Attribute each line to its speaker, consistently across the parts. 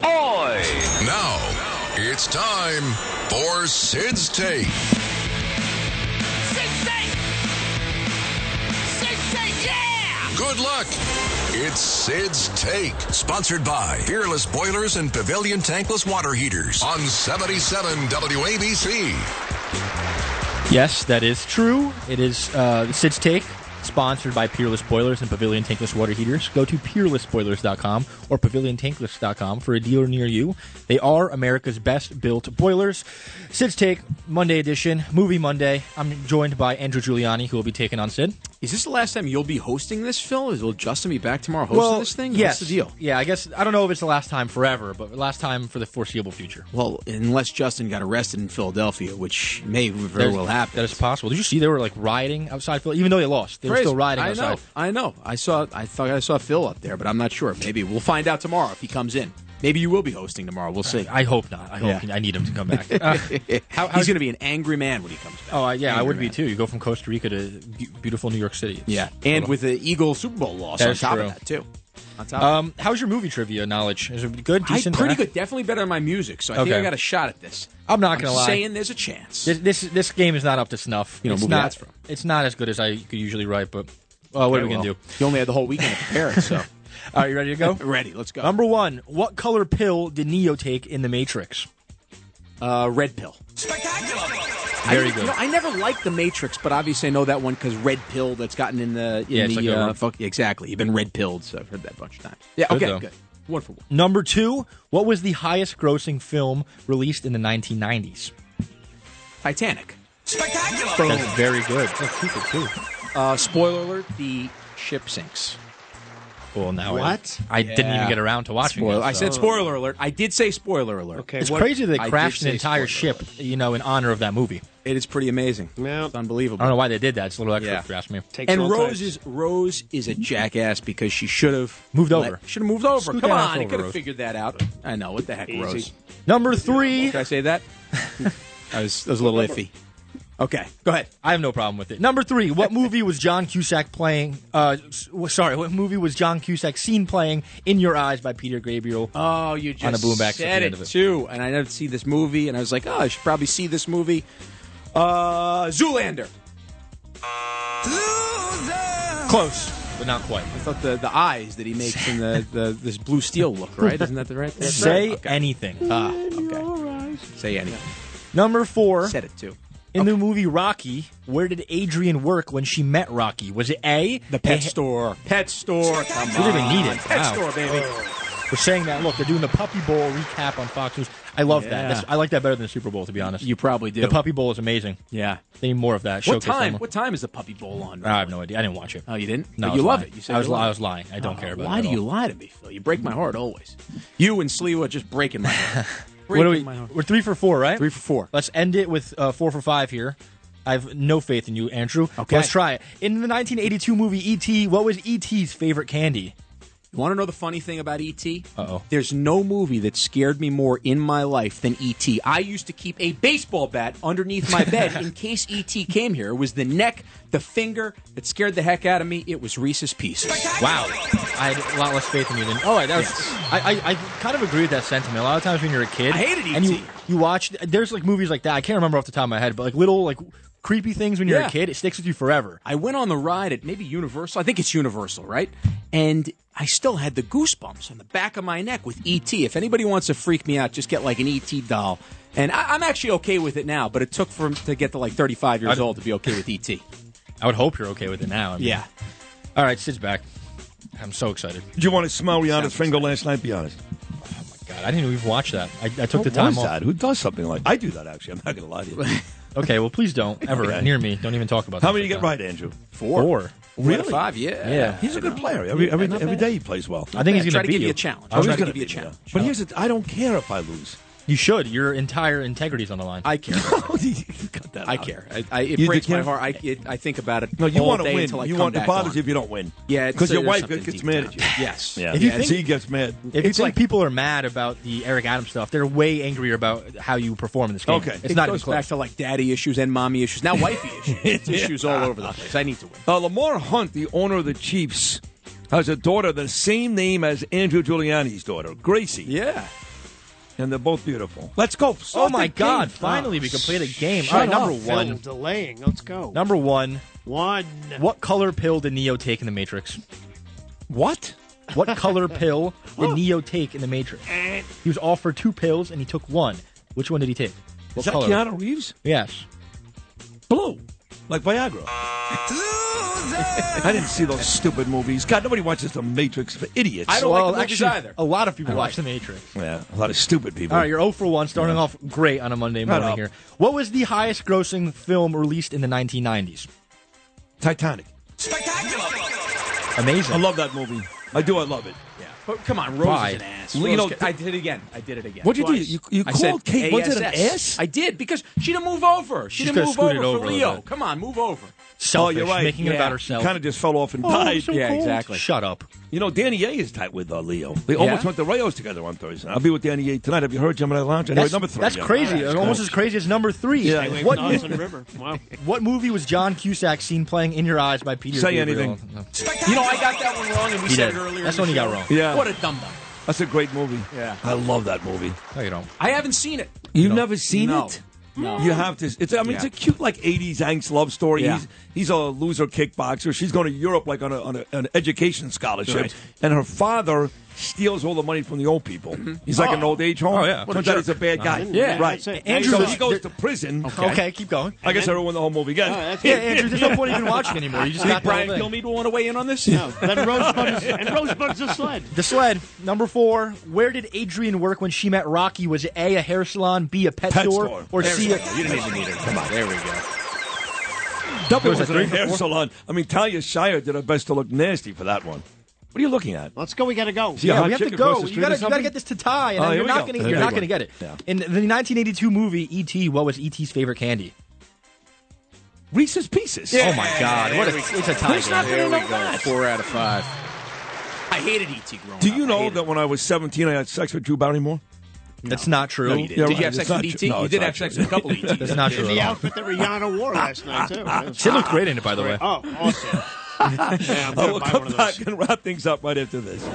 Speaker 1: Boy!
Speaker 2: Now it's time for Sid's Take.
Speaker 1: Six eight! Six eight, yeah!
Speaker 2: Good luck. It's Sid's Take, sponsored by Fearless Boilers and Pavilion Tankless Water Heaters on 77 WABC.
Speaker 3: Yes, that is true. It is uh, Sid's Take, sponsored by Peerless Boilers and Pavilion Tankless Water Heaters. Go to peerlessboilers.com or paviliontankless.com for a dealer near you. They are America's best built boilers. Sid's Take, Monday edition, Movie Monday. I'm joined by Andrew Giuliani, who will be taking on Sid.
Speaker 4: Oh, Is this the last time you'll be hosting this, Phil? Is will Justin be back tomorrow hosting this thing? What's
Speaker 3: yes.
Speaker 4: the deal?
Speaker 3: Yeah, I guess, I don't know if it's the last time forever, but last time for the foreseeable future.
Speaker 4: Well, unless Justin got arrested in Philadelphia, which may very
Speaker 3: That is-
Speaker 4: well happen.
Speaker 3: That is possible. Did you see they were like rioting outside Philly? Even though they lost, they were
Speaker 4: Crazy.
Speaker 3: still rioting
Speaker 4: I
Speaker 3: outside.
Speaker 4: know. I know. I saw. I thought I saw Phil up there, but I'm not sure. Maybe we'll find out tomorrow if he comes in. Maybe you will be hosting tomorrow. We'll see.
Speaker 3: I hope not. I hope
Speaker 4: Yeah.
Speaker 3: he- I need him to come back. Uh, how- how-
Speaker 4: He's going to be an angry man when he comes back.
Speaker 3: oh uh, yeah, I
Speaker 4: Angry
Speaker 3: would be
Speaker 4: man.
Speaker 3: too. You go from Costa Rica to be- beautiful New York City. It's-
Speaker 4: Yeah, and with the Eagle Super Bowl loss
Speaker 3: That
Speaker 4: on
Speaker 3: is
Speaker 4: top
Speaker 3: true.
Speaker 4: of that too. On top. of
Speaker 3: Um, how's your movie trivia knowledge? Is it good?
Speaker 4: I,
Speaker 3: Decent?
Speaker 4: pretty good. Definitely better than my music, so I think
Speaker 3: Okay.
Speaker 4: I got a shot at this.
Speaker 3: I'm not gonna lie.
Speaker 4: Saying there's a chance.
Speaker 3: This, this this game is not up to snuff.
Speaker 4: You know,
Speaker 3: it's
Speaker 4: movie
Speaker 3: not.
Speaker 4: that's from.
Speaker 3: It's not as good as I could usually write. But well, what are we
Speaker 4: Okay,
Speaker 3: gonna
Speaker 4: well, You only had the whole weekend to prepare it, so
Speaker 3: do? All right, you ready to go?
Speaker 4: ready. Let's go.
Speaker 3: Number one, what color pill did Neo take in The Matrix?
Speaker 4: uh, red pill. I,
Speaker 3: Very good.
Speaker 4: You know, I never liked the Matrix, but obviously I know that one because red pill that's gotten in the in
Speaker 3: Yeah, it's
Speaker 4: the
Speaker 3: like a-
Speaker 4: uh, fuck, exactly. You've been red pilled, so I've heard that a bunch of times. Yeah.
Speaker 3: Good,
Speaker 4: okay.
Speaker 3: though.
Speaker 4: Good. One for one.
Speaker 3: Number two, what was the highest grossing film released in the 1990s?
Speaker 4: Titanic.
Speaker 3: That's very good.
Speaker 4: Uh, spoiler alert: the ship sinks.
Speaker 3: Well, now I-
Speaker 5: What?
Speaker 3: I, didn't even get around to watching.
Speaker 4: Spoiler.
Speaker 3: it,
Speaker 4: I said
Speaker 3: so-
Speaker 4: spoiler alert. I did say spoiler alert.
Speaker 5: Okay.
Speaker 3: It's
Speaker 5: what-
Speaker 3: crazy they
Speaker 4: I did
Speaker 3: crashed an
Speaker 4: say
Speaker 3: entire
Speaker 4: spoiler
Speaker 3: ship, you know, in honor of that movie.
Speaker 4: It is pretty amazing.
Speaker 5: Yeah.
Speaker 4: It's
Speaker 3: I don't know
Speaker 4: unbelievable.
Speaker 3: why they did that. It's a little extra
Speaker 4: Yeah.
Speaker 3: if you ask me.
Speaker 5: Takes
Speaker 4: And
Speaker 5: all
Speaker 4: Rose
Speaker 5: types.
Speaker 4: is Rose is a jackass because she should have
Speaker 3: Moved over.
Speaker 4: Should have moved over.
Speaker 3: Scoot
Speaker 4: Come
Speaker 3: down
Speaker 4: on,
Speaker 3: over,
Speaker 4: you could
Speaker 3: Rose.
Speaker 4: have figured that out. I know what the heck,
Speaker 5: Easy.
Speaker 4: Rose.
Speaker 3: Number three.
Speaker 4: Did I say that? I was, I was a little iffy. Okay, go ahead.
Speaker 3: I have no problem with it. Number three. What movie was John Cusack playing? Uh, s- w- sorry. What movie was John Cusack seen playing in Your Eyes by Peter Gabriel?
Speaker 4: Oh, you just
Speaker 3: On a boombox at
Speaker 4: said
Speaker 3: the
Speaker 4: it,
Speaker 3: end of it.
Speaker 4: too, and I never see this movie, and I was like, oh, I should probably see this movie. Uh, Zoolander.
Speaker 3: Close, but not quite.
Speaker 4: I thought the, the eyes that he makes in the, the this blue steel look, right? Isn't that the right? That's
Speaker 3: Say
Speaker 4: right. okay.
Speaker 3: anything.
Speaker 4: Ah, okay. Say anything.
Speaker 3: Number four.
Speaker 4: Said it too.
Speaker 3: In the movie Rocky, where did Adrian work when she met Rocky? Was it A?
Speaker 4: The pet
Speaker 3: a-
Speaker 4: store. Pet store. Come
Speaker 3: We didn't even
Speaker 4: on.
Speaker 3: need it.
Speaker 4: Pet
Speaker 3: Wow. Oh.
Speaker 4: store, baby.
Speaker 3: We're saying that. Look, they're doing the Puppy Bowl recap on Fox News. I love that.
Speaker 4: Yeah.
Speaker 3: That's, I like that better than the Super Bowl, to be honest.
Speaker 4: You probably do.
Speaker 3: The Puppy Bowl is amazing.
Speaker 4: Yeah.
Speaker 3: They need more of that.
Speaker 4: What
Speaker 3: Showcase
Speaker 4: time?
Speaker 3: them.
Speaker 4: What time is the puppy bowl on?
Speaker 3: I have no idea. I didn't watch it.
Speaker 4: Oh, you didn't?
Speaker 3: Uh, No, I
Speaker 4: But
Speaker 3: was
Speaker 4: you love
Speaker 3: lying.
Speaker 4: it. You said
Speaker 3: I was,
Speaker 4: you love
Speaker 3: I
Speaker 4: it.
Speaker 3: was lying. I don't
Speaker 4: Oh,
Speaker 3: care about
Speaker 4: Why
Speaker 3: it.
Speaker 4: do
Speaker 3: at
Speaker 4: you
Speaker 3: all.
Speaker 4: lie to me, Phil? You break my heart always. You and Sliwa just breaking my heart.
Speaker 3: What are we?
Speaker 4: Breaking my heart.
Speaker 3: We're three for four, right?
Speaker 4: Three for four.
Speaker 3: Let's end it with uh, four for five here. I have no faith in you, Andrew.
Speaker 4: Okay.
Speaker 3: Let's try it. In the 1982 movie E.T., what was E.T.'s favorite candy?
Speaker 4: You want to know the funny thing about E.T.?
Speaker 3: Uh-oh.
Speaker 4: There's no movie that scared me more in my life than E.T. I used to keep a baseball bat underneath my bed in case E.T. came here. It was the neck, the finger that scared the heck out of me. It was Reese's Pieces.
Speaker 3: Wow. I had a lot less faith in you than. Oh, that was. I, I, I kind of agree with that sentiment. A lot of times when you're a kid,
Speaker 4: I hated
Speaker 3: and you
Speaker 4: E.T..
Speaker 3: you watch. There's like movies like that. I can't remember off the top of my head, but like little like creepy things when you're
Speaker 4: Yeah.
Speaker 3: a kid, it sticks with you forever.
Speaker 4: I went on the ride at maybe Universal. I think it's Universal, right? And I still had the goosebumps on the back of my neck with ET. If anybody wants to freak me out, just get like an ET doll. And I, I'm actually okay with it now, but it took for to get to like 35 years
Speaker 3: I-
Speaker 4: old to be okay with E ET.
Speaker 3: I would hope you're okay with it now. I mean-
Speaker 4: Yeah.
Speaker 3: All right, Sid's back. I'm so excited.
Speaker 6: Did you want to smell Rihanna's finger last night? Be honest.
Speaker 3: God, I didn't even watch that. I, I took
Speaker 6: What
Speaker 3: the time
Speaker 6: was
Speaker 3: off.
Speaker 6: that? Who does something like I do that? Actually, I'm not going to lie to you.
Speaker 3: Okay, well, please don't ever
Speaker 6: Okay.
Speaker 3: near me. Don't even talk about that.
Speaker 6: How many you get right, Andrew?
Speaker 3: Four. Four.
Speaker 4: One out of
Speaker 6: Really?
Speaker 4: five, yeah.
Speaker 3: Yeah.
Speaker 6: He's a good player. Every every, every day he plays well.
Speaker 3: I think he's
Speaker 4: Try to give
Speaker 3: going to beat
Speaker 4: you
Speaker 3: you.
Speaker 4: a challenge.
Speaker 6: I was
Speaker 4: try to
Speaker 6: gonna
Speaker 4: give you a
Speaker 6: be there.
Speaker 4: challenge.
Speaker 6: But here's the, I don't care if I lose.
Speaker 3: You should. Your entire integrity's on the line.
Speaker 4: I care.
Speaker 6: Cut that
Speaker 4: I
Speaker 6: out.
Speaker 4: care. I, I, it
Speaker 6: You
Speaker 4: breaks
Speaker 6: do care?
Speaker 4: my heart. I, it, I think about it.
Speaker 6: No, you
Speaker 4: want
Speaker 6: want
Speaker 4: to
Speaker 6: win.
Speaker 4: Until I
Speaker 6: you
Speaker 4: come
Speaker 6: want it
Speaker 4: back
Speaker 6: bothers
Speaker 4: on.
Speaker 6: you if you don't win.
Speaker 4: Yeah, it's-
Speaker 6: because your
Speaker 4: there's
Speaker 6: wife
Speaker 4: something
Speaker 6: gets
Speaker 4: deep
Speaker 6: mad
Speaker 4: down.
Speaker 6: at you.
Speaker 4: Yes.
Speaker 6: Yeah,
Speaker 3: If you
Speaker 6: yeah,
Speaker 3: think-
Speaker 6: she gets mad.
Speaker 3: If you
Speaker 6: It's
Speaker 3: think
Speaker 6: like-
Speaker 3: people are mad about the Eric Adams stuff, they're way angrier about how you perform in this game.
Speaker 6: Okay.
Speaker 3: it's
Speaker 4: It
Speaker 3: not
Speaker 4: goes
Speaker 3: even close.
Speaker 4: back to like daddy issues and mommy issues. Now wifey issues. It's issues all over the place. I need to win.
Speaker 6: Uh, Lamar Hunt, the owner of the Chiefs, has a daughter the same name as Andrew Giuliani's daughter, Gracie.
Speaker 4: Yeah.
Speaker 6: And they're both beautiful.
Speaker 4: Let's go.
Speaker 3: oh
Speaker 4: Start
Speaker 3: my
Speaker 4: the
Speaker 3: God!
Speaker 4: game.
Speaker 3: Finally, we can play the game. All right, number
Speaker 5: Phil,
Speaker 3: one.
Speaker 5: delaying. Let's go.
Speaker 3: Number one.
Speaker 5: one.
Speaker 3: What color pill did Neo take in the Matrix?
Speaker 4: What?
Speaker 3: What color pill did Neo take in the Matrix? He was offered two pills and he took one. Which one did he take? What
Speaker 6: Is that
Speaker 3: color?
Speaker 6: Keanu Reeves?
Speaker 3: Yes.
Speaker 6: Blue. Like Viagra. I didn't see those stupid movies. God, nobody watches The Matrix for idiots.
Speaker 4: I don't
Speaker 3: well,
Speaker 4: like the movies
Speaker 3: actually,
Speaker 4: either.
Speaker 3: a lot of people watch The Matrix.
Speaker 6: Yeah, a lot of stupid people.
Speaker 3: All right, you're 0 for 1, starting off great on a Monday
Speaker 6: Shut
Speaker 3: morning
Speaker 6: up.
Speaker 3: here. What was the highest grossing film released in the 1990s?
Speaker 6: Titanic.
Speaker 3: Amazing.
Speaker 6: I love that movie. I do. I love it.
Speaker 4: Yeah. But come on, Rose
Speaker 3: Why?
Speaker 4: is an ass.
Speaker 6: You
Speaker 4: Rose
Speaker 6: know-
Speaker 4: ca- I did it again. I did it again.
Speaker 6: What'd you do?
Speaker 4: Twice.
Speaker 6: You- you
Speaker 4: I
Speaker 6: called
Speaker 4: said
Speaker 6: Kate- was it an
Speaker 4: ASS?
Speaker 6: S?
Speaker 4: I did because she didn't move over. She
Speaker 3: She's
Speaker 4: didn't
Speaker 3: gotta
Speaker 4: move
Speaker 3: scoot
Speaker 4: over,
Speaker 3: it over
Speaker 4: for
Speaker 3: a little
Speaker 4: Leo.
Speaker 3: bit.
Speaker 4: Come on, move over.
Speaker 3: Selfish,
Speaker 6: Oh, you're right.
Speaker 3: making it
Speaker 4: Yeah.
Speaker 3: about herself.
Speaker 6: Kind of just fell off and
Speaker 3: Oh, I'm
Speaker 6: died.
Speaker 3: so
Speaker 4: Yeah,
Speaker 3: cold.
Speaker 4: exactly.
Speaker 3: Shut up.
Speaker 6: You know, Danny A is tight with uh, Leo. They almost
Speaker 4: Yeah?
Speaker 6: went to Rayos together on Thursday. I'll be with Danny A tonight. Have you heard Gemini Lounge? Anyway,
Speaker 3: That's,
Speaker 6: number three.
Speaker 3: that's
Speaker 6: yeah.
Speaker 3: crazy.
Speaker 6: All right,
Speaker 3: Almost
Speaker 6: cool.
Speaker 3: as crazy as number three.
Speaker 6: Yeah.
Speaker 5: Away
Speaker 3: What,
Speaker 5: from Dawson River. Wow.
Speaker 3: what movie was John Cusack seen playing In Your Eyes by Peter
Speaker 6: Say
Speaker 3: Gabriel?
Speaker 6: anything.
Speaker 3: No.
Speaker 4: You know, I got that one wrong, and we
Speaker 3: He
Speaker 4: said
Speaker 3: did.
Speaker 4: it earlier.
Speaker 3: That's
Speaker 4: in
Speaker 3: when
Speaker 4: the
Speaker 3: he got
Speaker 4: show.
Speaker 3: wrong.
Speaker 6: Yeah.
Speaker 4: What a dumbo.
Speaker 6: That's a great movie.
Speaker 4: Yeah.
Speaker 6: I love that movie.
Speaker 3: No, you don't.
Speaker 4: I haven't seen it.
Speaker 6: You've never seen
Speaker 4: No.
Speaker 6: it?
Speaker 4: No.
Speaker 6: You have to. It's. I mean, it's
Speaker 4: Yeah.
Speaker 6: a cute like '80s angst love story.
Speaker 4: Yeah.
Speaker 6: He's he's a loser kickboxer. She's going to Europe like on, a, on a, an education scholarship,
Speaker 4: Right.
Speaker 6: and her father steals all the money from the old people. He's like an old age home.
Speaker 4: Oh, yeah. What a
Speaker 6: Turns out
Speaker 4: jerk.
Speaker 6: he's a bad guy.
Speaker 4: Yeah.
Speaker 6: right.
Speaker 5: That's it.
Speaker 6: Andrew, so
Speaker 3: Andrew-
Speaker 6: he goes to prison.
Speaker 3: Okay, keep going.
Speaker 6: I guess I ruined the whole movie again.
Speaker 5: Oh, that's
Speaker 3: Yeah,
Speaker 5: good.
Speaker 3: Andrew, there's no point even watching anymore. You just
Speaker 4: Think
Speaker 3: got the whole
Speaker 4: Brian
Speaker 3: thing.
Speaker 4: Kilmeade will want to weigh in on this?
Speaker 5: No, then Rosebud is, and Rosebud's a sled.
Speaker 3: The sled, number four. Where did Adrian work when she met Rocky? Was it A, a hair salon, B, a pet,
Speaker 6: Pet
Speaker 3: store,
Speaker 6: store.
Speaker 3: or
Speaker 6: There we
Speaker 3: C,
Speaker 6: go.
Speaker 3: a.
Speaker 6: You didn't even need it. Come on.
Speaker 4: There we go.
Speaker 6: Double
Speaker 3: Was
Speaker 6: was
Speaker 3: that
Speaker 6: a
Speaker 3: three for
Speaker 6: hair
Speaker 3: four?
Speaker 6: salon. I mean, Talia Shire did her best to look nasty for that one. What are you looking at?
Speaker 5: Let's go. We gotta go.
Speaker 6: See,
Speaker 3: Yeah,
Speaker 6: hot
Speaker 3: we have to
Speaker 6: chick
Speaker 3: go.
Speaker 6: across the
Speaker 3: You
Speaker 6: street
Speaker 3: gotta,
Speaker 6: or
Speaker 3: you gotta
Speaker 6: something?
Speaker 3: get this to tie, and
Speaker 6: Oh,
Speaker 3: then
Speaker 6: here
Speaker 3: you're
Speaker 6: we
Speaker 3: not
Speaker 6: go.
Speaker 3: gonna,
Speaker 6: There
Speaker 3: you're
Speaker 6: we
Speaker 3: not
Speaker 6: go.
Speaker 3: gonna get it.
Speaker 6: Yeah.
Speaker 3: In the 1982 movie E.T., what was E.T.'s favorite candy?
Speaker 6: Reese's Pieces.
Speaker 3: oh my God! What a, it's a tie.
Speaker 6: There's
Speaker 3: game.
Speaker 6: nothing in all
Speaker 4: Go,
Speaker 6: that.
Speaker 4: Four out of five. I hated E.T. growing
Speaker 6: Do
Speaker 4: up.
Speaker 6: you
Speaker 4: I
Speaker 6: know
Speaker 4: hated
Speaker 6: that
Speaker 4: it.
Speaker 6: when I was 17, I had sex with Drew Barrymore?
Speaker 3: That's not true.
Speaker 4: No, you didn't.
Speaker 6: Yeah,
Speaker 4: did
Speaker 6: right.
Speaker 4: you have sex
Speaker 6: It's
Speaker 4: with
Speaker 6: not
Speaker 4: E.T.?
Speaker 6: true. No,
Speaker 4: you
Speaker 6: it's
Speaker 4: did
Speaker 6: not
Speaker 4: have sex
Speaker 6: true.
Speaker 4: with a couple E E.T.s.
Speaker 3: That's not true.
Speaker 5: The
Speaker 3: At all.
Speaker 5: outfit that Rihanna wore last night too. That was-
Speaker 3: She looked great in it, by the way.
Speaker 5: Oh, awesome. yeah, I'm
Speaker 6: I
Speaker 3: Oh,
Speaker 5: gonna
Speaker 6: will
Speaker 5: buy
Speaker 6: come
Speaker 5: one of
Speaker 6: back
Speaker 5: those.
Speaker 6: and wrap things up right after this.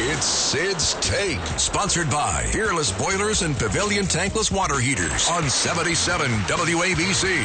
Speaker 2: It's Sid's Take, sponsored by Fearless Boilers and Pavilion Tankless Water Heaters on 77 WABC.